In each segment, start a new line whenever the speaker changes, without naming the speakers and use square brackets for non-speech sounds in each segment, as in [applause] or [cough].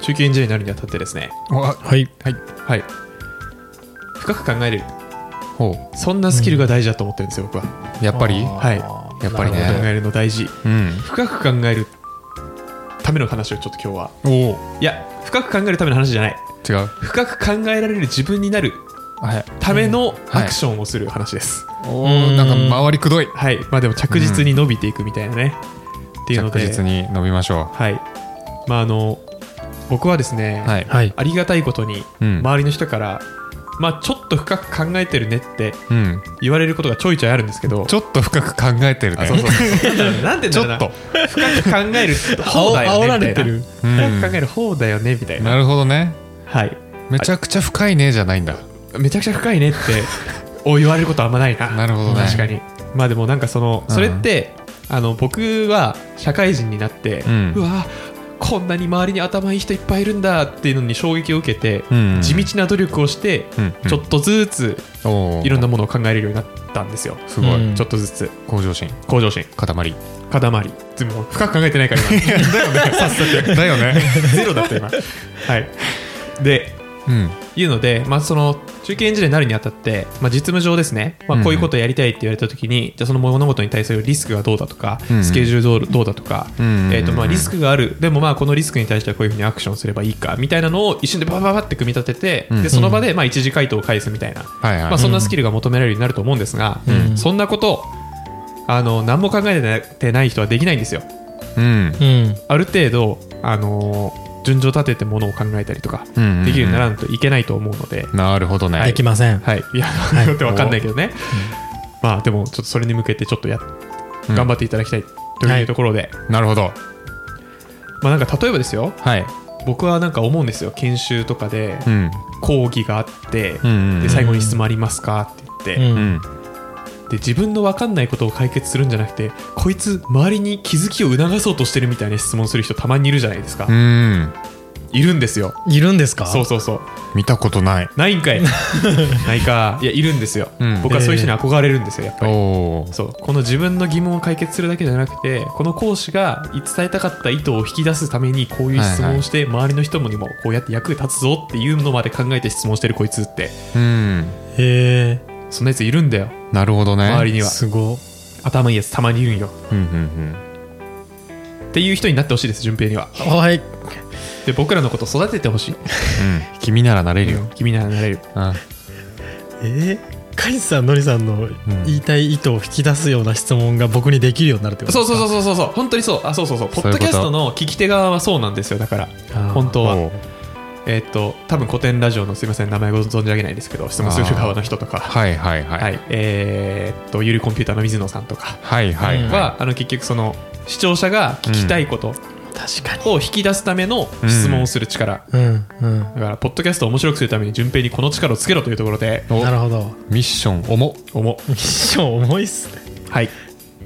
中級エンジニアになるにあたってですね、
あ
はい。
はい、はい、深く考えれる
ほ
そんなスキルが大事だと思ってるんですよ、僕は
う。やっぱり
あー
はい
やっぱり
深く考
ね。
えるの大事
うん。
深く考えるための話をちょっと今日は
おお。
いや深く考えるための話じゃない
違う。
深く考えられる自分になる
はい。
ための
はい
アクションをする話です、
おーなんか回りくどい。
はい、まあでも着実に伸びていくみたいなね、っていうの
着
で
実に伸びましょ
はいまああの僕はですね、
う。はい。
はい。
ありがたいことに
うん
周りの人から、まあちょっと深く考えてるねって
うん。
言われることがちょいちょいあるんですけど
ちょっと深く考えてる
あ
ね
そう。
[laughs]
そうなんで
ち
だろう
ょ
な
っと。
深く考える方だよねみた
煽ら
いな
れてる。
う
深
ん
く考える方だよねみたいな、
なるほどね。
はい
めちゃくちゃ深いねじゃないんだ。
めちゃくちゃ深いねって
[laughs]
お言われることあんまないな
なるほどね
確かにまあでもなんかそのそれって、あの僕は社会人になって、
う
うんわこんなに周りに頭いい人いっぱいいるんだっていうのに衝撃を受けて、
うん
地道な努力をして、
うん
ちょっとずつ
おー
いろんなものを考えれるようになったんですよ、
すご
う
い。
ん
ちょっとずつ
向上心。
向上心
塊。
肩回りでも深く考えてないから今
[laughs] 早速。 [laughs] だよね。
[laughs] ゼロだった今はいで
うん。
いうので、まあ、その中堅エンジニアになるにあたって、まあ、実務上ですね、ま
う
あ、
ん
こういうことをやりたいって言われたときに、じゃあその物事に対するリスクがどうだとか、
うん
スケジュールどうどうだとか、
うん
えーとまあ、リスクがある、でもまあこのリスクに対してはこういうふうにアクションすればいいかみたいなのを一瞬でばばばって組み立てて、
うん
でその場でまあ一次回答を返すみたいな、
はいはい。
まあ、そんなスキルが求められるようになると思うんですが、
うん
そんなことあの、何も考えてなてない人はできないんですよ。
うん。
うん。
ある程度、あのー順序立ててものを考えたりとか、
うんうんうん
できるようにならんといけないと思うので。
なるほどね。
できません。
はい、いや、 [laughs]
い
だってわかんないけどね、まあでも、ちょっとそれに向けて、ちょっとや、
うん
頑張っていただきたいと
は
いう
い
ところで、
なるほど。
まあなんか例えばですよ、
はい。
僕はなんか思うんですよ、研修とかで
うん。
講義があって、
うんうんうん
で最後に質問ありますかって言って、
う。
うんん。
で、自分のわかんないことを解決するんじゃなくて、こいつ、周りに気づきを促そうとしてるみたいな質問する人、たまにいるじゃないですか、
うん。
いるんですよ、
いるんですか
そうそうそう、
見たことない。
ないん [laughs] かい、ないか、いや、いるんですよ、
うん
僕はそういう人に憧れるんですよ、やっぱり。
おー
そうこの自分の疑問を解決するだけじゃなくてこの講師が伝えたかった意図を引き出すためにこういう質問をして、周りの人にもこうやって役に立つぞっていうのまで考えて質問してるこいつって
うん。
へ
そんなやついるんだよ
なるほどね。
周りに
え。
は
すご。
頭いいやつたまにいるんよ
うんうん
っていう人になってほしいです順平には
はい。
で僕らのこと育ててほしい
うん。うん。君ならなれるよ。
君ならなれる
うん。
えー、カイさん、ノリさんの言いたい意図を引き出すような質問が僕にできるようになるってこと
そ
で
う
すか
そうそうそうそう本当にそうあそうそうそうポ
そうい
ッ
うこ
ド
と
キャストの聞き手側はそうなんですよだから
あー
本当は
おう
えーっと多分古典ラジオのすいません名前ご存じ上げないですけど質問する側の人とか
はいはいはい。
はい、えーっとゆるコンピューターの水野さんとか
はいはい
うん
は
は、あの結局その視聴者が聞きたいこと
確か
を引き出すための質問をする力、
に。うんうん。
だからポッドキャストを面白くするために順平にこの力をつけろというところで
お
なるほど。
い。ミッション重。
思
ミッション重いっすね。
うはいっ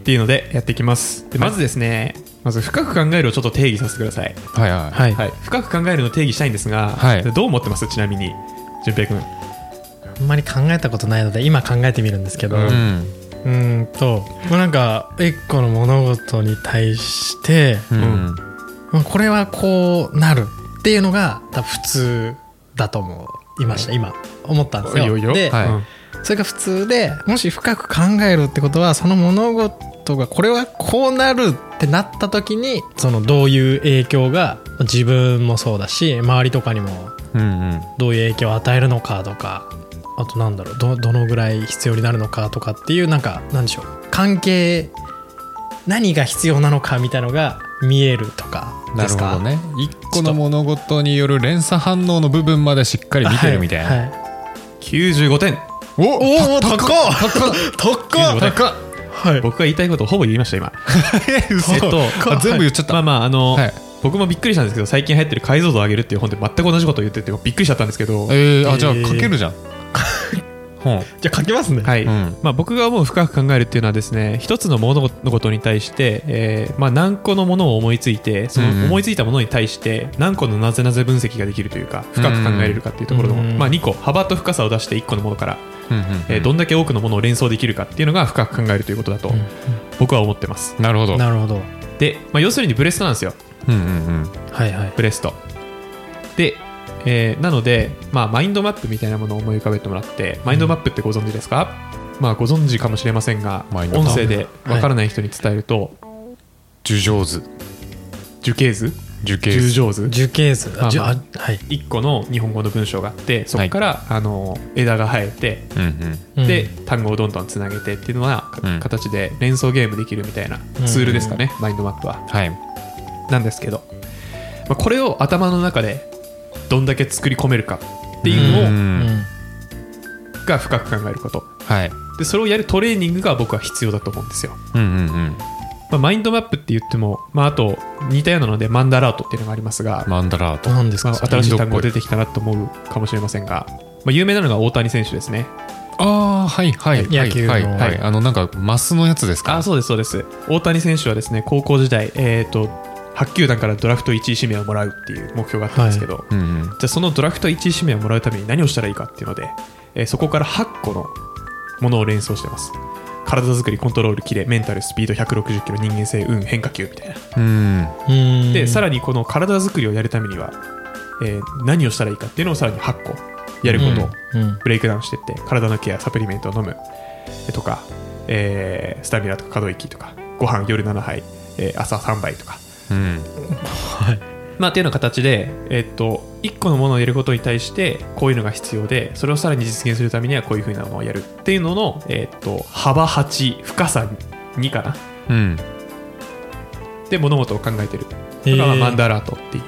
ていうのでやっていきますでまずですね、まず深く考えるをちょっと定義させてください、
はいはい。
はい。
はい、深く考えるの定義したいんですが、
はい
どう思ってますちなみに順平君
あんまり考えたことないので、今考えてみるんですけど、う
うんん。
んと、まあなんか、一個の物事に対して、
うん。
まあこれはこうなるっていうのが、多分普通だと思いました、今。思ったんですよ。
いいよいいよ
で、
はい
うん
それが普通でもし深く考えるってことはその物事がこれはこうなるってなった時にそのどういう影響が自分もそうだし周りとかにも
うんうん。
どういう影響を与えるのかとかあとなんだろうどどのぐらい必要になるのかとかっていうなんかなんでしょう関係何が必要なのかみたいのが見えるとか
な
で
る
す
ほ
か
どね。一個の物事による連鎖反応の部分までしっかり見てるみたいな。
な、はい
95点
おお高っ高っ
[laughs]
95点
はい
僕が言いたいことをほぼ言いました今えっと
あ全部言っちゃった
まあまああの、
はい
僕もびっくりしたんですけど最近流行ってる解像度を上げるっていう本で全く同じことを言っててびっくりしちゃったんですけど、
えー、
え
あ、
ー
じゃあ書けるじゃん。ほう。
じゃあ書きますね
はい
うん
まあ、僕が思う深く考えるっていうのはですね一つの物事に対して、えーまあ、何個のものを思いついてその
うんうん
思いついたものに対して何個のなぜなぜ分析ができるというか深く考えれるかっていうところの、
うん
まあ、2個幅と深さを出して1個のものから、
うん
えーどんだけ多くのものを連想できるかっていうのが深く考えるということだと
ん
僕は思ってます
なるほど。
なるほど
で、まあ、要するにブレストなんですよ
うんうんうん。
はいはい
ブレストで、えーなので、まあ、マインドマップみたいなものを思い浮かべてもらってマインドマップってご存知ですか、まあ、ご存知かもしれませんが
マインドマ
音
ッ
声
プ
でわからない人に伝えると、
樹上図
樹形図
樹形
十
図
上図
樹形図あ
あ
じゅ
まあ
あはい、
1個の日本語の文章があってそこから、あの枝が生えて
うんうん
うん
で、単語をどんどんつなげてっていうのは、か
うん
形で連想ゲームできるみたいなツールですかね、マインドマップは
はい
なんですけど、まあ、これを頭の中でどんだけ作り込めるかっていう
う
のを
うん
ん
が深く考えること
はい
でそれをやるトレーニングが僕は必要だと思うんですよ、
うんうんうん
まあ、マインドマップって言っても、まあ、あと似たようなのでマンダラートっていうのがありますが、
マンダラート
何です
まあ
か、
新しい単語が出てきたなと思うかもしれませんが、まあ、有名なのが大谷選手ですね
ああはいはい
はい野球の
はいはいはいあのなんかマスのやつですか
あそうですそうです大谷選手はですね高校時代、えー、と8球団からドラフト1位指名をもらうっていう目標があったんですけど、
うんうん
じゃあそのドラフト1位指名をもらうために何をしたらいいかっていうので、えーそこから8個のものを連想してます体作りコントロールキレメンタルスピード160キロ人間性運変化球みたいな
うん
うん
でさらにこの体作りをやるためには、えー何をしたらいいかっていうのをさらに8個やることを
うんうん
ブレイクダウンしていって体のケアサプリメントを飲むえーとか、えースタミナとか可動域とかご飯夜7杯、えー朝3杯とか
うん
はい
まあ、っていうような形で、えっと、1個のものをやることに対してこういうのが必要でそれをさらに実現するためにはこういうふうなものをやるっていうのの、えっと、幅8深さ2かな
うん
で物事を考えてる
え
だから
ー
マンダラートっていう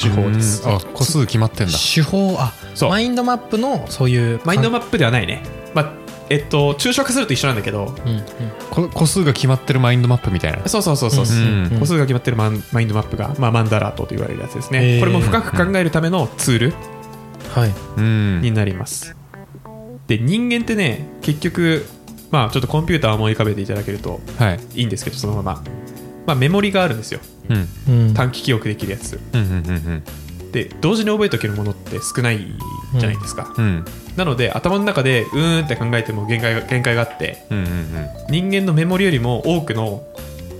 手法です、
うんあ個数決まってんだ
手法あ
そう
マインドマップのそういう
マインド
マッ
マップではないね、まあえっと、抽象化すると一緒なんだけど
プ、うんうん
こ個数が決まってるマインドマップみたいな
そうそうそうそう、
うん
個数が決まってるマンマインドマップが、まあ、マンダラートと言われるやつですね、
えー
これも深く考えるためのツール
はい
うん
になりますで人間ってね結局まあちょっとコンピューターを思い浮かべていただけると
はい
いいんですけどそのまま、まあ、メモリがあるんですよ
うん
うん
短期記憶できるやつ
うんうんうん
で同時に覚えておけるものって少ないじゃないですか、
うんうん
なので頭の中でうーんって考えても限界が限界があって
うんうん
人間のメモリよりも多くの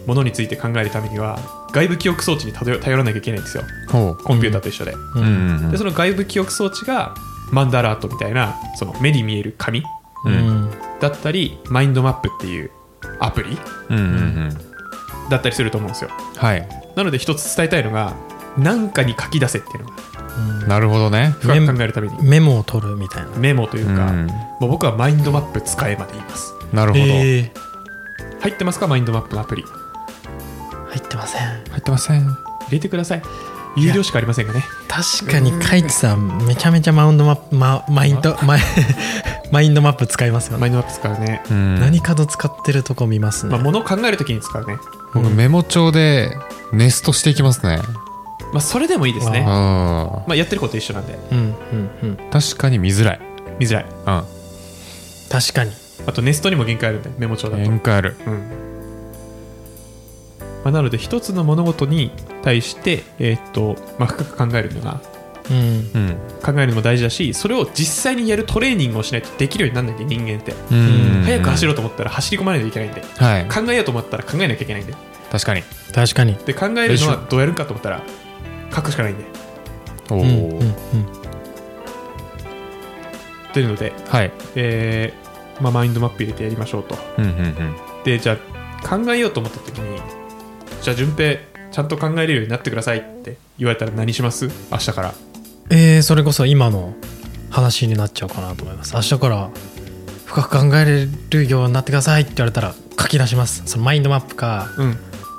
ものについて考えるためには外部記憶装置に頼頼らなきゃいけないんですよ
うんほ
コンピューターと一緒で,、
ううんうん
でその外部記憶装置がマンダラートみたいなその目に見える紙
う
うんん
だったりマインドマップっていうアプリ
うんうんうん
だったりすると思うんですよ
はい
なので一つ伝えたいのが何かに書き出せっていうのが
なるほどね
深く考えるために
メモを取るみたいな
メモというか、
うん
もう僕はマインドマップ使えまで言います
なるほど入
え
入ってますかマインドマップのアプリ入
ー入ってません
ってません
れてください有料しかありませんがね
確かにカイチさんめちゃめちゃマウンドマップ、ま、マインドマイ [laughs] マインドマップ使いますよ
マ
ね
インドマップ使うね、
うん
何かと使ってるとこ見ますね、
まあ、物を考えるときに使うね、
僕メモ帳でネストしていきますね
まあ、それでもいいですね
わ
あ
まあ、やってること一緒なんで
うんうんうん
ー確かに見づらい
見づらい
うん
確かに
あとネストにも限界あるんでメモ帳だと
限界ある
うんまあ、なので一つの物事に対して、えーっとまあ、深く考えるのが
うん
うん
考えるのも大事だしそれを実際にやるトレーニングをしないとできるようにならないんで人間って、
うん
早く走ろうと思ったら走り込まないといけないんで
はい
考えようと思ったら考えなきゃいけないんで
確かに
確かに
で考えるのはどうやるかと思ったら書くしかないんで
お
うんうんう
お
ん
というので、
はい
えーまあ、マインドマップ入れてやりましょうと
うんうんうん
でじゃあ考えようと思った時にじゃあ順平ちゃんと考えれるようになってくださいって言われたら何します明日から
えー、それこそ今の話になっちゃうかなと思います明日から深く考えれるようになってくださいって言われたら書き出しますそのマインドマップか、
うん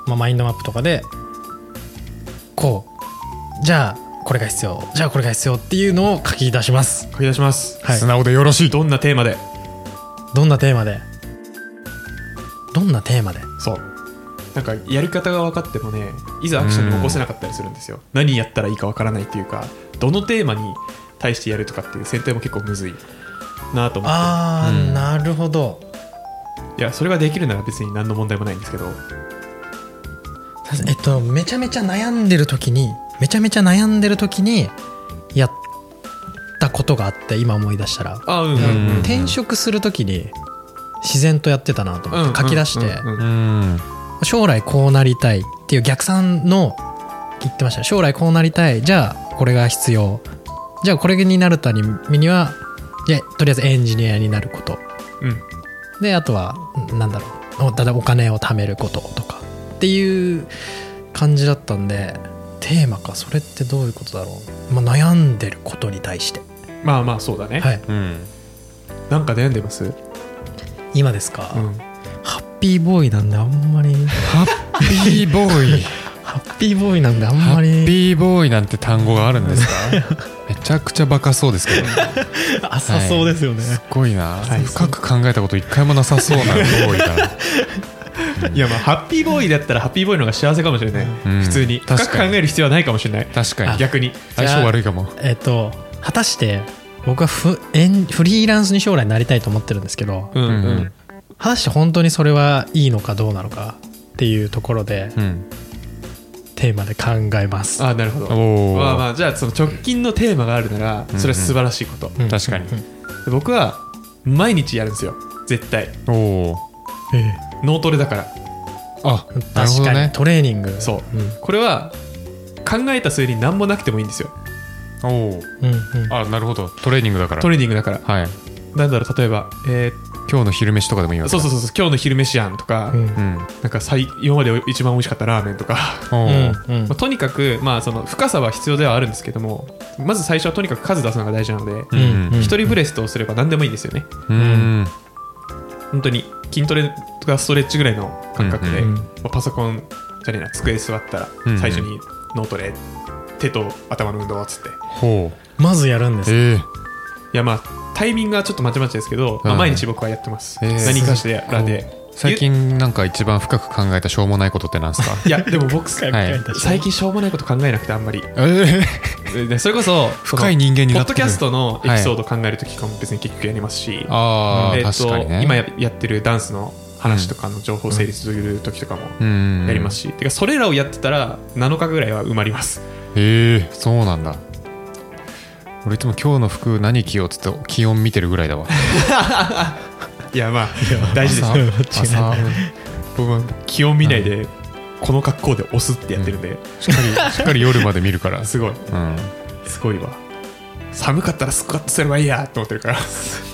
まあ、マインドマップとかでこうじゃあこれが必要じゃあこれが必要っていうのを書き出します
書き出します
はい
素直でよろしい
どんなテーマで
どんなテーマでどんなテーマで
そうなんかやり方が分かってもねいざアクションに起こせなかったりするんですよ何やったらいいか分からないっていうかどのテーマに対してやるとかっていう選定も結構むずいなと思っ
あー、
うん
なるほど
ていやそれができるなら別に何の問題もないんですけど
えっとめちゃめちゃ悩んでる時にめちゃめちゃ悩んでる時にやったことがあって今思い出したら
あうん
んうん
転職する時に自然とやってたなと思って書き出して
うん
うん
将来こうなりたいっていう逆算の言ってましたね将来こうなりたいじゃあこれが必要じゃあこれになるためにはじゃあとりあえずエンジニアになること
うん
であとはんなんだろうおただお金を貯めることとかっていう感じだったんでテーマかそれってどういうことだろう、まあ、悩んでることに対して
まあまあそうだね、
はい
うん
なんか悩んでます、
今ですか、
うん、
ハッピーボーイなんであんまり
[laughs] ハッピーボーイ
ハッピーボーイなんであん
ハ
ま
ッ
り
ピーボーイなんて単語があるんですかめちゃくちゃバカそうですけど
浅そうですよね、
すごいな、
い
深く考えたこと一回もなさそうなボーイだな
いやまあハッピーボーイだったらハッピーボーイの方が幸せかもしれない、
ん
普通に
確か
深
に
く考える必要はないかもしれない
確かに
逆に
相性悪いかも
えっと果たして僕はフエンフリーランスに将来なりたいと思ってるんですけど
うんうん、
うん
果たして本当にそれはいいのかどうなのかっていうところで
うん
テーマで考えます、
ああなるほど
おお、
まあまあじゃあその直近のテーマがあるなら
うん
それは素晴らしいこと、
うん
確かに
で僕は毎日やるんですよ絶対
おお
ええ
脳トレだから
あなるほ
確
ど
か
ね
にトレーニング
そう
うん
これは考えた末に何もなくてもいいんですよ
おお
うんうん
あなるほどトレーニングだから
トレーニングだから
はい
なんだろう例えば、え
今日の昼飯とかでもいい
ー
わけ
そうそう
う
そうそう今日の昼飯やんとか、
うん
うん
なんか最今まで一番美味しかったラーメンとか
おー
うんう
ま
ん
あ、とにかく、まあ、その深さは必要ではあるんですけどもまず最初はとにかく数出すのが大事なので
うんうん
うん
一、人ブレストをすれば何でもいいんですよね
うん
本当に筋トレとかストレッチぐらいの感覚で、
うんうん
まあパソコンじゃねえな机座ったら
うんうん
最初に脳トレ手と頭の運動っつってい
ほう
まずやるんです
ええ
やまあタイミングはちょっとまちまちですけど、まあ
うん
毎日僕はやってます、
えー
何かしらで
最近なんか一番深く考えたしょうもないことってなんですか
いやでも僕
考え
はい
たし
最近しょうもないこと考えなくてあんまり
ええ
でそれこそその
深い人間に
ポッ
なっ
ド
てく
キ
る
ャストのエピソードを考えるときとかも別に結局やりますし、
ああ、
えっ
確か
と
にね
今ややってるダンスの話とかの情報整理する時とかも
うん
やりますし、てかそれらをやってたら7日ぐらいは埋まります
へえそうなんだ俺いつも今日の服何着ようっつって気温見てるぐらいだわ
いやまあ大事です [laughs]
よ
朝朝
間違
僕は気温見ないでこの格好で押すってやってるんで、
しっかりしっかり夜まで見る
[laughs]
から
すごい
うん
すごいわ寒かったらスクワットすればいいやと思ってるから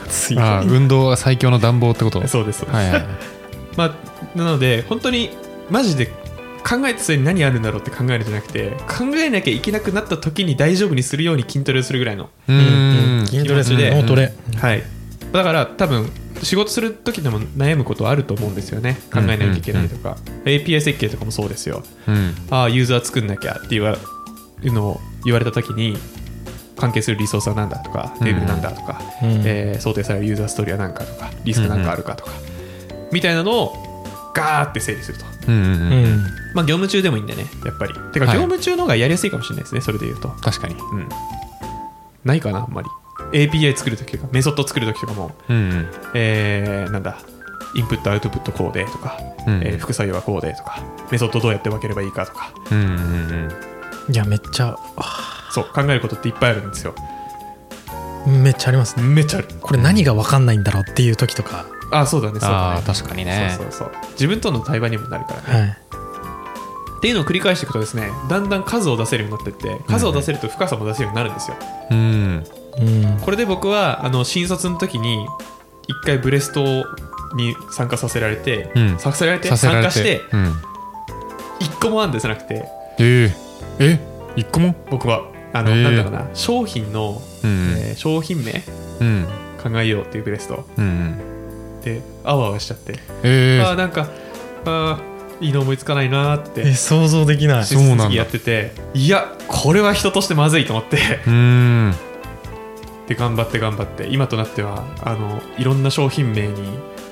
つい
ああ運動は最強の暖房ってことは
そうですそうです、
い
[laughs]
はい
まあなので本当にマジで考えた末に何あるんだろうって考えるんじゃなくて考えなきゃいけなくなった時に大丈夫にするように筋トレをするぐらいの
う
うんうん
ん
筋トレす
気持ち
る
で
脳トレ
はい、だから多分仕事する時でも悩むことはあると思うんですよね考えなきゃいけないとか、API 設計とかもそうですよ
うん
ああユーザー作んなきゃって言わいうのを言われた時に関係するリソースは何だとか
うん
テーブルなんだとか、
うん
えー想定されるユーザーストーリーは何かとかリスクなんかあるかとか、みたいなのをガーって整理すると
うんう
うん
うん
ん
まあ業務中でもいいんでねやっぱりてか
はい
業務中の方がやりやすいかもしれないですね、それで言うと
確かに
うんないかなあんまり API 作る時とかメソッド作る時とかも
うん
えーなんだインプットアウトプットこうでとか、
うん
えー副作用はこうでとかメソッドどうやって分ければいいかとか
うんうんうん
いやめっちゃ
そう考えることっていっぱいあるんですよ
めっちゃありますね
めっちゃある
これ何が分かんないんだろうっていう時とか
あそうだねそうだ
あ
ね
あ確かにね
そうそうそう自分との対話にもなるからね、
はい
っていうのを繰り返していくとですねだんだん数を出せるようになってって数を出せると深さも出せるようになるんですよ、
うん
うん
これで僕はあの新卒の時に一回ブレストに参加させられて、
うん
させられて
させら
参
れ
加してて
うん
一個も案出せなくて
えええ一個も
僕はあの、
へー
なんだろうな商品の、
うん
えー商品名
うん
考えようっていうブレスト
うんうん
であわあわしちゃって、
え
ああ
え
なんかあーいいの思いつかないなーって
え想像できない
そうなんだ
やってていやこれは人としてまずいと思って [laughs]
うん
で頑張って頑張って今となってはあのいろんな商品名に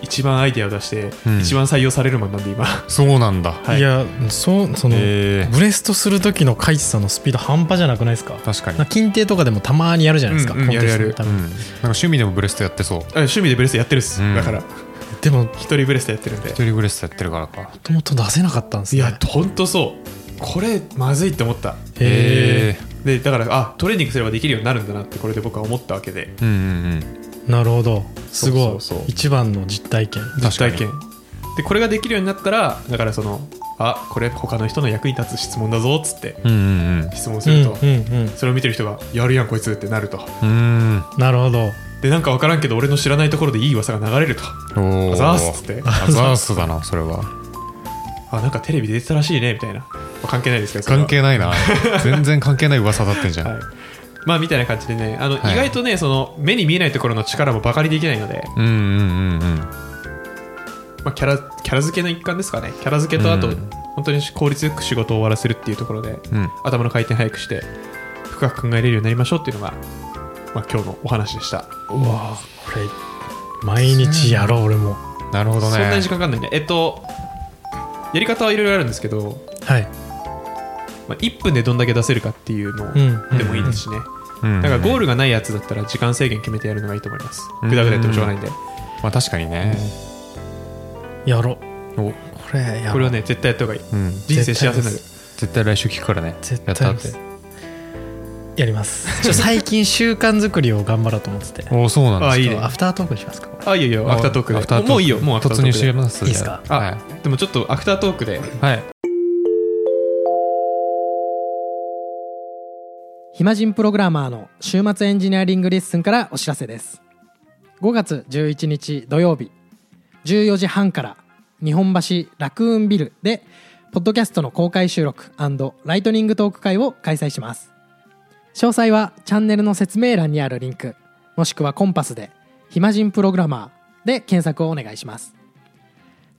一番アイデアを出して、
うん
一番採用されるもんなん [laughs] で今
そうなんだ
はい
いやそうその
ええ
ブレストする時のカイチさんのスピード半端じゃなくないですか
確かに
なんか金定とかでもたまにやるじゃないですか、
うんうんやるやる
コ
う
ンテストの
んな
ために
んか趣味でもブレストやってそう
あ趣味でブレストやってるっす、
うん
だから
でもも
一人ブレストやってるんで
一人ブレストやってるからか
ともと出せなかったんです
い
ね
やほんとそうこれまずいって思った
へ
でだからあトレーニングすればできるようになるんだなってこれで僕は思ったわけで
えうんうん
なるほどすごい
そうそうそう
一番の実体験
うん
実体
確か
験
に
でこれができるようになったらだからそのあこれ他の人の役に立つ質問だぞっつって
うんうん
質問すると、
うんうんうん
それを見てる人が「やるやんこいつ」ってなると
うんう
なるほど
でなんか分からんけど俺の知らないところでいい噂が流れると
ーんお
あざーすっつって
あざーすだなそれは
あなんかテレビ出てたらしいねみたいな、まあ関係ないですけどそれは
関係ない
[laughs]
な全然関係ない噂だってんじゃん、
はいまあみたいな感じでねあの、
はい
意外とねその目に見えないところの力もバカにできないので、
うんうんうんうん
まあ、キャラキャラ付けの一環ですかねキャラ付けとあと、
うん
本当に効率よく仕事を終わらせるっていうところで
うん
頭の回転早くして深く考えれるようになりましょうっていうのが、まあ、今日のお話でした
うわこれ毎日やろう俺も
なるほ
そ
ど
ん
ね
なに時間かかんないねえっとやり方はいろいろあるんですけど、
はい
まあ、1分でどんだけ出せるかっていうの
うん
でもいいですしね、
うん
だからゴールがないやつだったら時間制限決めてやるのがいいと思います
うん
ぐだぐだやってもしょうがないんで、
まあ確かにね
やろう
お
これやろう
これはね絶対やった方がいい
うん
人生幸せになる
絶対来週聞くからね
絶
や
対
ったって
やりますちょ最近習慣作りを頑張ろうと思ってて
おおそうなんです
あいいね
ちょっとアフタートークにしますかこれ
あいいよいいよアフタートークで
アフタートーク
もういいよもうアフタート
突
ー
入
ク
して
で
ます
いいっすか
じゃあはい
でもちょっとアフタートークで
はい
暇人プログラマーの週末エンジニアリングレッスンからお知らせです5月11日土曜日14時半から日本橋ラクーンビルでポッドキャストの公開収録ライトニングトーク会を開催します詳細はチャンネルの説明欄にあるリンクもしくはコンパスで「暇人プログラマー」で検索をお願いします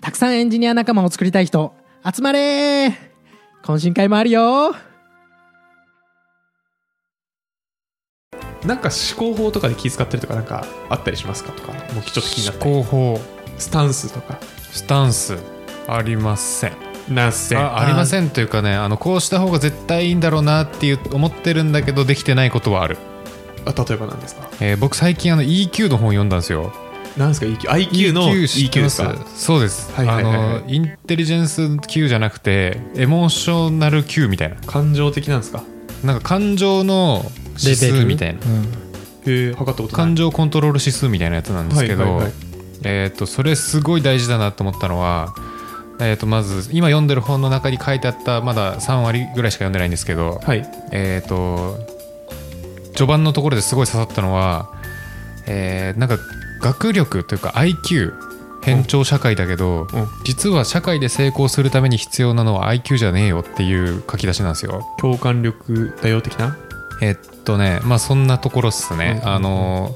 たくさんエンジニア仲間を作りたい人集まれー懇親会もあるよ
なんか思考法とかで気遣ってるとかなんかあったりしますかとかもうちょっと気になったり
思考法
スタンスとか
スタンスありません
なんせ
あありませんというかねあのこうした方が絶対いいんだろうなっていう思ってるんだけどできてないことはある、
あ例えばなんですか
えー僕最近あの EQ の本読んだんですよ
なんですか EQ IQ の
知っ
EQ
てま
ですか
そうです、
はいはいはいはい
あのインテリジェンス Q じゃなくてエモーショナル Q みたいな
感情的なんですか
なんか感情の指
レベ
数
ル
みたいな
うん
へえ測ったことない
感情コントロール指数みたいなやつなんですけど、
はいはいはい
えー、とそれすごい大事だなと思ったのは、えー、とまず今読んでる本の中に書いてあったまだ3割ぐらいしか読んでないんですけど、
はい
えー、と序盤のところですごい刺さったのは、えーなんか学力というか IQ 偏重社会だけど、
うん
実は社会で成功するために必要なのは IQ じゃねえよっていう書き出しなんですよ。
共感力だよ的な
えっとねまあそんなところっすね、
うん
あの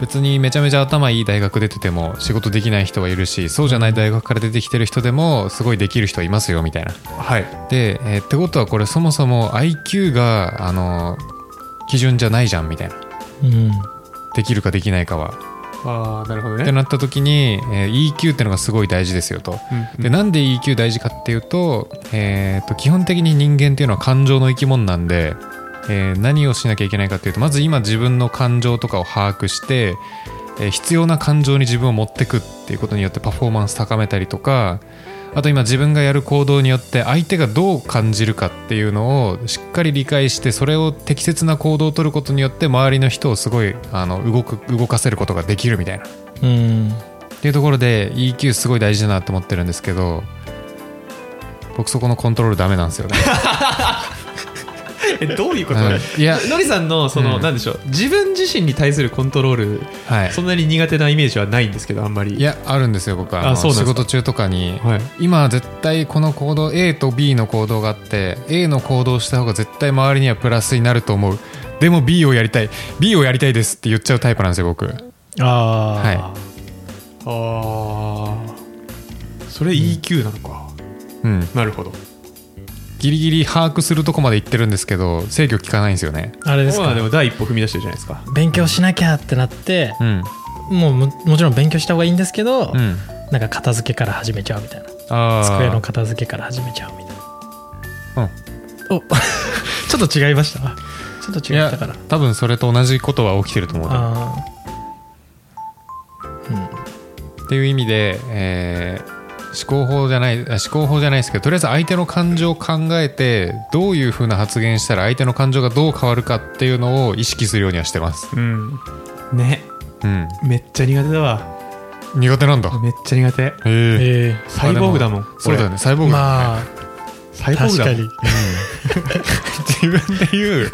別にめちゃめちゃ頭いい大学出てても仕事できない人はいるしそうじゃない大学から出てきてる人でもすごいできる人はいますよみたいな。
はい
で、えーってことはこれそもそも IQ があの基準じゃないじゃんみたいな
うん
できるかできないかは。
ああなるほど
って
ね
なった時に、えー EQ ってのがすごい大事ですよと。
うん
でなんで EQ 大事かっていうと,、えーと基本的に人間っていうのは感情の生き物なんで、えー何をしなきゃいけないかっていうとまず今自分の感情とかを把握して、えー必要な感情に自分を持ってくっていうことによってパフォーマンス高めたりとかあと今自分がやる行動によって相手がどう感じるかっていうのをしっかり理解してそれを適切な行動をとることによって周りの人をすごいあの動く動かせることができるみたいな。
うん
っていうところで EQ すごい大事だなと思ってるんですけど僕そこのコントロールダメなんですよ
[laughs]
ね、
え [laughs] どういうこと
うん、いや
のりさんのその、
うん
なんでしょう自分自身に対するコントロール
はい
そんなに苦手なイメージはないんですけどあんまり
いやあるんですよ僕はあの
あそうなんで
仕
すか
事中とかに、
はい
今絶対この行動 A と B の行動があって A の行動をした方が絶対周りにはプラスになると思うでも B をやりたい B をやりたいですって言っちゃうタイプなんですよ僕
ああ、
あーそれ EQ なのか、
うん
なるほど
ギリギリ把握するとこまで行ってるんですけど制御効かないんですよね
あれです
まあ
か
でも第一歩踏み出してるじゃないですか
勉強しなきゃってなって、
うん
もうももちろん勉強した方がいいんですけ
う
ど、
ん
なんか片付けから始めちゃうみたいな
あー
机の片付けから始めちゃうみたいな
うん
お [laughs] ちょっと違いましたちょっと
い
違っ
や
たから
多分それと同じことは起きてると思うな
あ
っていう意味で、えー思考法じゃないあ思考法じゃないですけどとりあえず相手の感情を考えてどういうふうな発言したら相手の感情がどう変わるかっていうのを意識するようにはしてます、
うんね
うん、
めっちゃ苦手だわ
苦手なんだ
めっちゃ苦手
へえ
え
サイボーグだもん
そうだよねサイボ
え
ーグ
ま
だ
あ
サイボー
確
グだ
か
もん [laughs]
に
ね自分で言う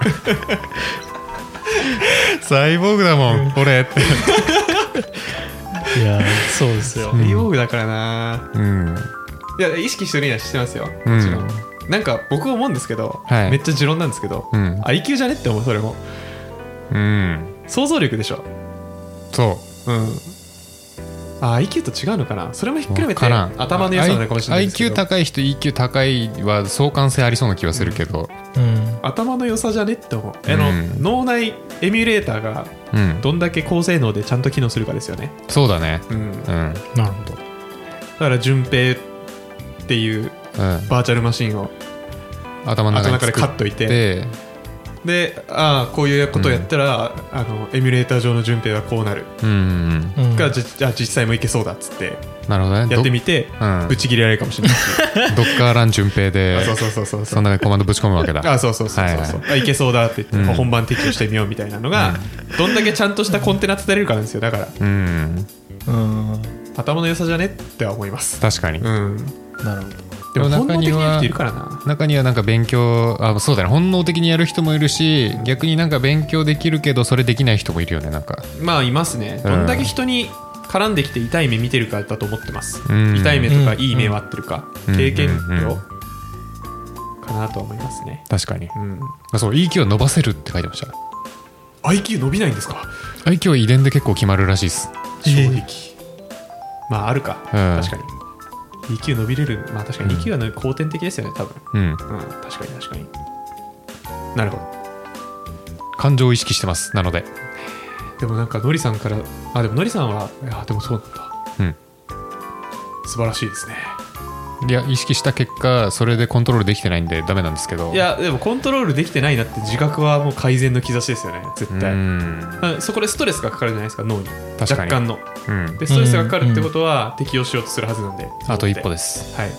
サイボーグだもん俺って
いやそうですよ
サイボーグだからな
うん
いや意識してるにはしてますよも
うん
ちろん、なんか僕思うんですけど、
はい
めっちゃ持論なんですけど、
うん
あ IQ じゃねって思うそれも
うん
想像力でしょ
そ
うんあ IQ と違うのかなそれもひっ
う
くるめて
わからん
頭の良さなのかもしれないですけ
IQ
ど
高い人 EQ 高いは相関性ありそうな気はするけど
うん
頭の良さじゃねって思うあの、
うん
脳内エミュレーターが
うん
どんだけ高性能でちゃんと機能するかですよね、
そうだね
うん、だ
うん
なるほど
から順平っていう
うん
バーチャルマシンを
頭の
頭
中
の
に
中で
作
買
っ
っといて
て
でああこういうことをやったら、あのエミュレーター上の順平はこうなる
うんうん
うん
が、じあ実際もいけそうだっつって
なるほどね
やって
ど
みて
うん
ぶち切れられるかもしれないし、
ドッカーラン順平で
あそうそうそうそう
その中にコマンドぶち込むわけだ
あそうそうそうそうそう、いいけそうだって言って、
うん
本番適用してみようみたいなのが、どんだけちゃんとしたコンテナ立てれるかなんですよだから
うん
うん
頭の良さじゃねっては思います
確かに
うん
なるほど
でも
でも
本
中
能的
に
に
は
生きているからな
中にはなんか勉強あそうだね本能的にやる人もいるし逆になんか勉強できるけどそれできない人もいるよねなんか
まあいますね
うん
どんだけ人に絡んできて痛い目見てるかだと思ってます、
うん
痛い目とか
うん
いい目は合ってるか、
うん
経験
うん
量かなとは思いますね
確かに
うん
あそう EQ を伸ばせるって書いてました
IQ 伸びないんですか
IQ は遺伝で結構決まるらしいです
衝撃、まああるか、
うん
確かに EQ 伸びれるまあ確かに EQ はね後天的ですよね多分
うん
うん、確かに確かに。なるほど。
感情を意識してますなので
でもなんか、のりさんから、あ、でものりさんは、いや、でもそうなんだ。
うん
素晴らしいですね。
いや意識した結果それでコントロールできてないんでダメなんですけど
いや、でもコントロールできてないなって自覚はもう改善の兆しですよね、
う
絶対。
ん
あそこでストレスがかかるじゃないですか、脳に。
確か
若
に
干の。
うん
で、ストレスがかかるってことは、適応しようとするはずなんで。
あと一歩
で。
です
はい。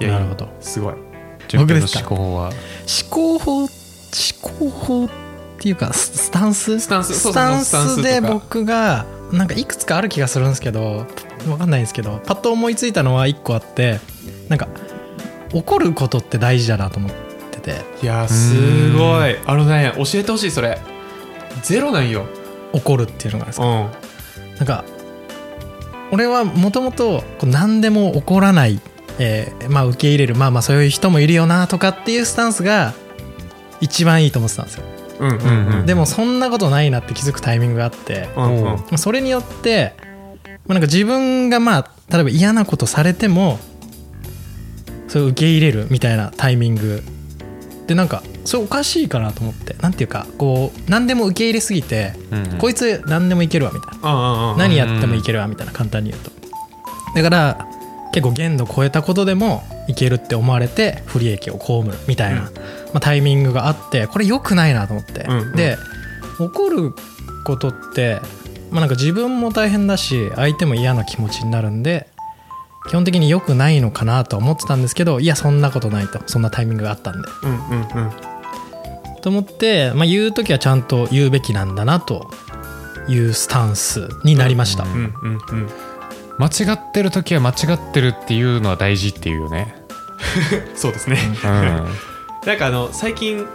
い
なるほど。
すごい。
僕ですか
順平の思考法は
思考法思考法っていうかススタンス
スタンスそうそう
タン
スタンス
ス
とか
で僕がなんかいくつかある気がするんですけどわかんないんですけどパッと思いついたのは1個あってなんか怒ることって大事だなと思ってて
いやー、すごい。あのね、教えてほしい、それ。ゼロなんよ。
怒るっていうのがです
う
か
ん。
なんか俺はもともと何でも怒らない、えーまあ、受け入れるまあまあそういう人もいるよなとかっていうスタンスが一番いいと思ってたんですよ
うんうん
うん
でもそんなことないなって気づくタイミングがあって
うん。うんうん。
まあそれによって、まあ、なんか自分がまあ例えば嫌なことされてもそれを受け入れるみたいなタイミングでなんかそれおかしいかなと思ってなんていうかこう何でも受け入れすぎて、
うん
こいつ何でもいけるわみたいな、
うんうんうん。
何やってもいけるわみたいな簡単に言うとだから結構限度超えたことでもいけるって思われて不利益を被るみたいな、
うん
まあ、タイミングがあってこれ良くないなと思って、
うんうん
で怒ることって、まあ、なんか自分も大変だし相手も嫌な気持ちになるんで基本的に良くないのかなとは思ってたんですけどいやそんなことないとそんなタイミングがあったんで
うんうんうん。
と思って、まあ、言う時はちゃんと言うべきなんだなというスタンスになりました、
うんうんうん。
間違ってる時は間違ってるっていうのは大事っていうよね
そうですね。
うん
なんかあの最近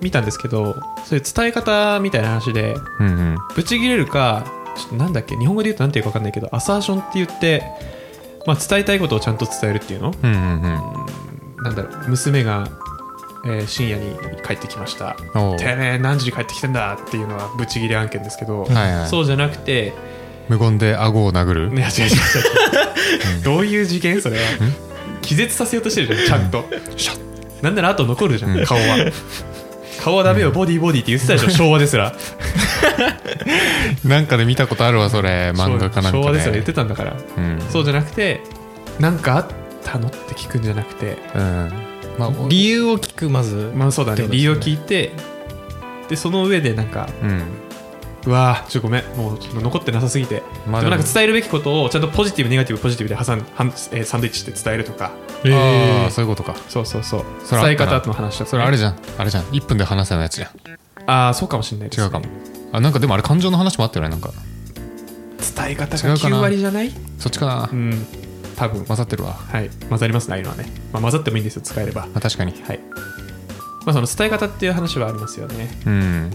見たんですけど、そういう伝え方みたいな話で、
うんうん
ぶち切れるか、ちょっとなんだっけ、日本語で言うとなんていうかわかんないけど、アサーションって言って、まあ、伝えたいことをちゃんと伝えるっていうの、
うんうんうん
なんだろう、娘が、えー深夜に帰ってきました。
お
[laughs]
う
てめえ、何時に帰ってきてんだっていうのはぶち切れ案件ですけど、
はいはい
そうじゃなくて、
無言で顎を殴る、
いや違う違う違うどういう事件それは気絶させようとしてるじゃんちゃんとなんならあと残るじゃん、顔は顔はダメよボディボディって言ってたでしょ昭和ですら
なんかで見たことあるわそれ漫画かなんかで
昭和ですら言ってたんだから、
うん
そうじゃなくてなんかあったのって聞くんじゃなくて
うんまあお
理由を聞くまず
まあそうだ
って
ね
ことで
理
すね
由を聞いてでその上でなんか
うん
うわーちょっとごめんもうちょっと残ってなさすぎて、
まあ
でもなん
で
か
も
伝えるべきことをちゃんとポジティブネガティブポジティブで挟んはん、えーサンドイッチして伝えるとか
ああそういうことか
そうそうそう
それあ
伝
っ
え
たな
方の話とかね、
それあれじゃんあれじゃん1分で話せないやつじゃん
ああそうかもしれないです、
違うかもあなんかでもあれ感情の話もあったよねなんか
伝え方
違
が
うか
9
な
割じゃない
そっちかな、
うん多分
混ざってるわ、
はい混ざりますねああいうのはね、まあ、混ざってもいいんですよ使えればは
まあ、確かに
いまあその伝え方っていう話はありますよね
うん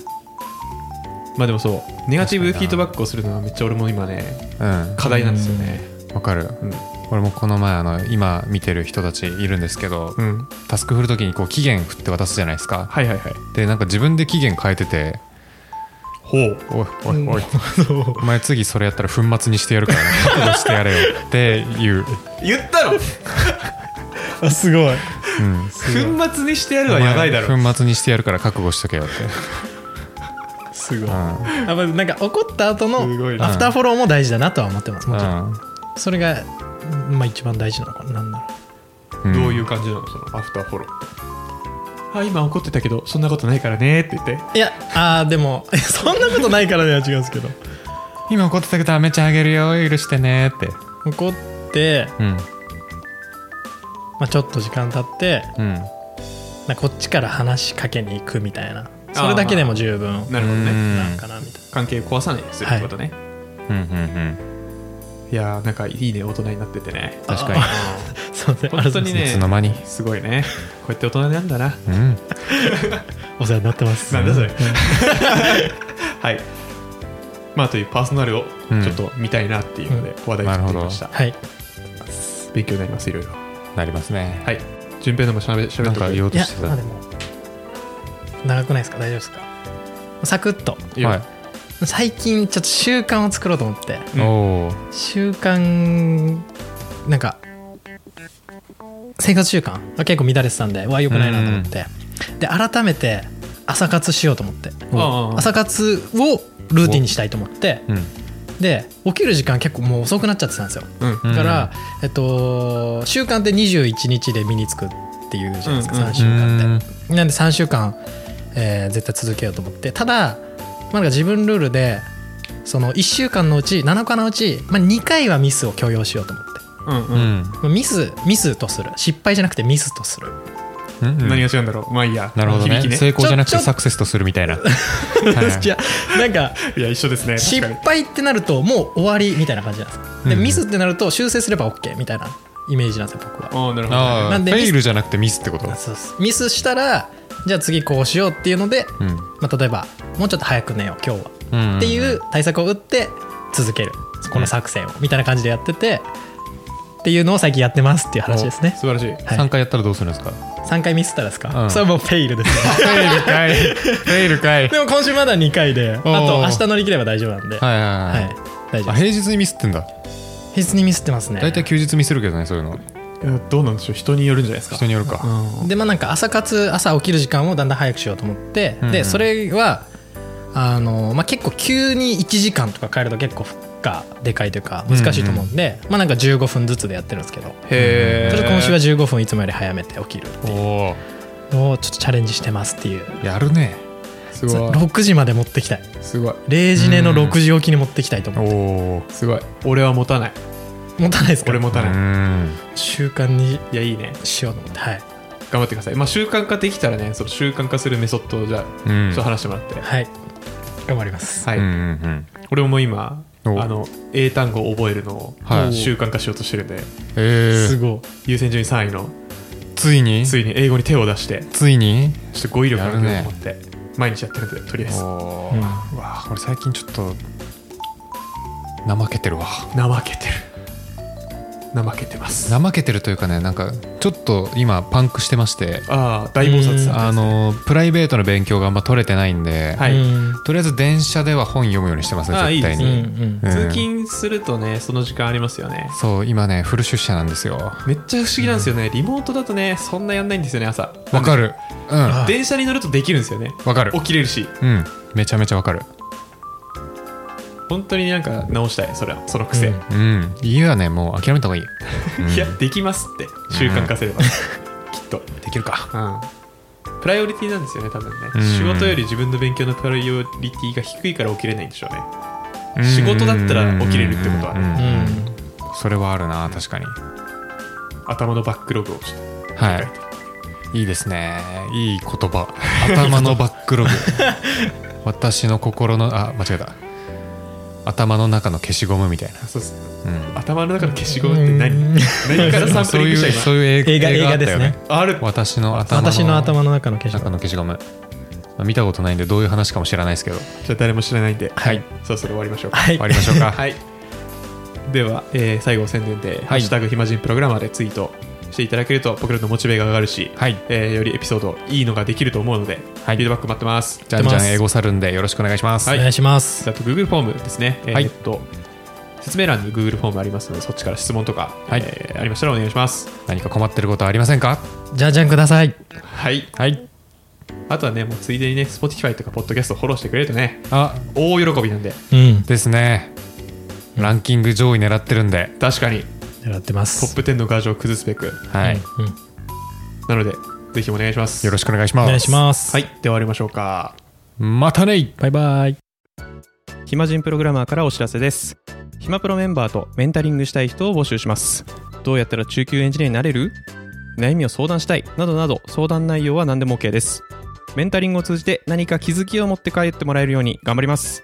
まあでもそうネガティブフィードバックをするのはめっちゃ俺も今ね
うん
課題なんですよね
わかる
うん
俺もこの前あの今見てる人たちいるんですけど、
うん
タスク振る時にこう期限振って渡すじゃないですか
はいはいはい
でなんか自分で期限変えてて
ほう
おいおいおい、
そう
お前次それやったら粉末にしてや
[laughs]
るからな覚悟してやれよっていう、
言ったろ
[laughs] あすごい
うん、
粉末にしてやる
お
は
前
やばいだろ
粉末にしてやるから覚悟しとけよって、
すごい
うん
あまずなんか怒った後の
すごいな
アフターフォローも大事だなとは思ってますもちろん、
う
それが、まあ、一番大事なのかななんだろう
うん
どういう感じなのそのアフターフォローあ今怒ってたけどそんなことないからねって言って
いやあーでも [laughs] そんなことないからでは違うんですけど
今怒ってたけどあめちゃんあげるよ許してねって
怒って、
うん
まあ、ちょっと時間経って
うん
なんかこっちから話しかけに行くみたいなそれだけでも十分
なるほどね
なんかなみたい
関係壊さないようにするってことね、
うんうんうん
い、やーなんかいいね大人になっててね
確
[laughs]
かに
なすいません
本当に
い
ね
つの間に
すごいねこうやって大人なんだな
うん
お世話になってます
なんだそれ [laughs] はいまあというパーソナルを
うん
ちょっと見たいなっていうので話題を振ってみました、
はい
勉強になりますいろいろ
なりますね
はい順平のもしゃべしゃべ
な
っ
ん
とく
か言おう
い
と
や
して
まあ
た
でも長くないですか大丈夫ですかサクッと
いいよ
はい
最近ちょっと習慣を作ろうと思って
うん
おお
習慣なんか生活習慣が結構乱れてたんでうわよくないなと思って、で改めて朝活しようと思って
ああ
朝活をルーティンにしたいと思って
うん
で起きる時間結構もう遅くなっちゃってたんですよ
うん
うん
だから、えっと、習慣って21日で身につくっていうじゃないですか、
うんうん
3週間ってなんで3週間、えー絶対続けようと思ってただ、まあ、なんか自分ルールでその1週間のうち7日のうち、まあ、2回はミスを許容しようと思って
うん
う
うん、
ん
まあミスミスとする失敗じゃなくてミスとする
うんうん
何が違うんだろうまあいいや
なるほどね
響き
成
ね
功じゃなく
ち
て
ょちょ
サクセスとするみたいなはいはい
[laughs] いやな
[laughs]
んか
いや一緒ですね
失
確か
敗ってなるともう終わりみたいな感じなんです
うん
で
うん
ミスってなると修正すれば OK みたいなイメージなんですよ僕は
にああなるほどね
ああ
なん
フ
でミス
ェイルじゃなくてミスってこと
あそうですミスしたらじゃあ次こうしようっていうので、
うん
まあ、例えばもうちょっと早く寝よう今日は、
うん
っていう対策を打って続けるこの作戦を、みたいな感じでやっててっていうのを最近やってますっていう話ですね
素晴らしい
はい
3回やったらどうするんですか
3回ミスったらですか、
うん
それはもうフェイルで
[laughs]
す
フェイルかいフェイルかい
でも今週まだ2回であと
おー
明日乗り切れば大丈夫なんで、はい
はいはいはい
大丈
あ
夫です
平日にミスってんだ
平日にミスってますね
大体休日ミスるけどねそういうの
いやどうなんでしょう人によるんじゃないですか
人によるか
うん
でまあなんか朝活朝起きる時間をだんだん早くしようと思って、
うんう
で
ん
それはあの、まあ、結構急に1時間とか変えると結構負荷でかいというか難しいと思うんで、まあなんか15分ずつでやってるんですけど、
へえ
それ今週は15分いつもより早めて起きるっていう
おお
のをちょっとチャレンジしてますっていう
やるね
すごい
6時まで持ってきたい
すごい
0時寝の
うん
6時起きに持ってきたいと
お
思って
お
すごい俺は持たない
持たないですか
俺
ら
持たない、
うん
習慣に
いやいいね
しようと思ってはい
頑張ってくださいまあ習慣化できたらねその習慣化するメソッドをじゃあ
う
ちょ
ん
っと話してもらって、
はい頑張ります
はい、
うんうん
俺も今あ
お
の英単語を覚えるのを
はい
習慣化しようとしてるんで、
えー
すご
優先順位3位の
ついに
ついに英語に手を出して
ついに
ちょっと語彙力上げようと思って、毎日やってるんでとりあえず
お
い、うん
ーうわ俺最近ちょっと怠けてるわ
怠けてる怠けてます
怠けてるというかねなんかちょっと今パンクしてまして
ああ大暴殺
うん
さん
あのプライベートの勉強があんま取れてないんで、
はい
うん
とりあえず電車では本読むようにしてますね
あー
絶対
い
に
いです
うんうん
う
通
ん
勤するとねその時間ありますよね
そう今ねフル出社なんですよわ
めっちゃ不思議なんですよね、リモートだとねそんなやんないんですよね朝
かるうん
あ
電車に乗るとできるんですよね
わかる
起きれるし
うんめちゃめちゃわかる
本当になんか直したいそれはその癖、
うん
うん家はねもう諦めた方がいい、うん
[laughs] いやできますって習慣化すれば、 [laughs] きっと
できるか
うんプライオリティなんですよね多分ね、
うん
仕事より自分の勉強のプライオリティが低いから起きれないんでしょうね仕事だったら起きれるってことはね
うんうんうん
う
それはあるな確かに
頭のバックログをちょっ
はいいいですねいい
[laughs]
言葉頭のバックログ私の心のあ間違えた頭の中の消しゴムみたいな、
そうっす
うん
頭の中の消しゴムって
うん
何何からサンプ
[laughs] そ
リ
う
ン
い
グした
う
今
そういう映
映画
映画あった
映画です
よ
ね
ね
ある
私の頭の
私の頭の中の消しゴ
中
ム
の消しゴム、まあ見たことないんでどういう話かも知らないですけど
じゃあ誰も知らないんで、
はい
そろそろ終わりましょうか。
はい
終わりましょうか
はいでは、えー最後宣伝で、ハッシュタグ暇人プログラマーでツイートしていただけると僕らのモチベが上がるし、
はい
えーよりエピソードいいのができると思うので、
はい
フィードバック待ってます。
じゃんじ
やってま
ゃ
す
ん英語サルンでよろしくお願いします
は
お
い
願いします
あと Google フォームですね。えー
はい
っと説明欄に Google フォームありますのでそっちから質問とか、
はい
えーありましたらお願いします。
何か困ってることはありませんか
じゃじゃんください
はい、
はい
あとはねもうついでにね Spotify とか Podcast をフォローしてくれるとね
あ
大喜びなんで
うん
ですねランキング上位狙ってるんで
確かに
狙ってま
ト
す
ップ10のガージを崩すべく
はい、
うんうん
なのでぜひお願いします。
よろしくお願いします
お願いします
はい、では終わりましょうか。
またねい
バイバイ
暇人プログラマーからお知らせです暇プロメンバーとメンタリングしたい人を募集しますどうやったら中級エンジニアになれる悩みを相談したいなどなど相談内容は何でも OK ですメンタリングを通じて何か気づきを持って帰ってもらえるように頑張ります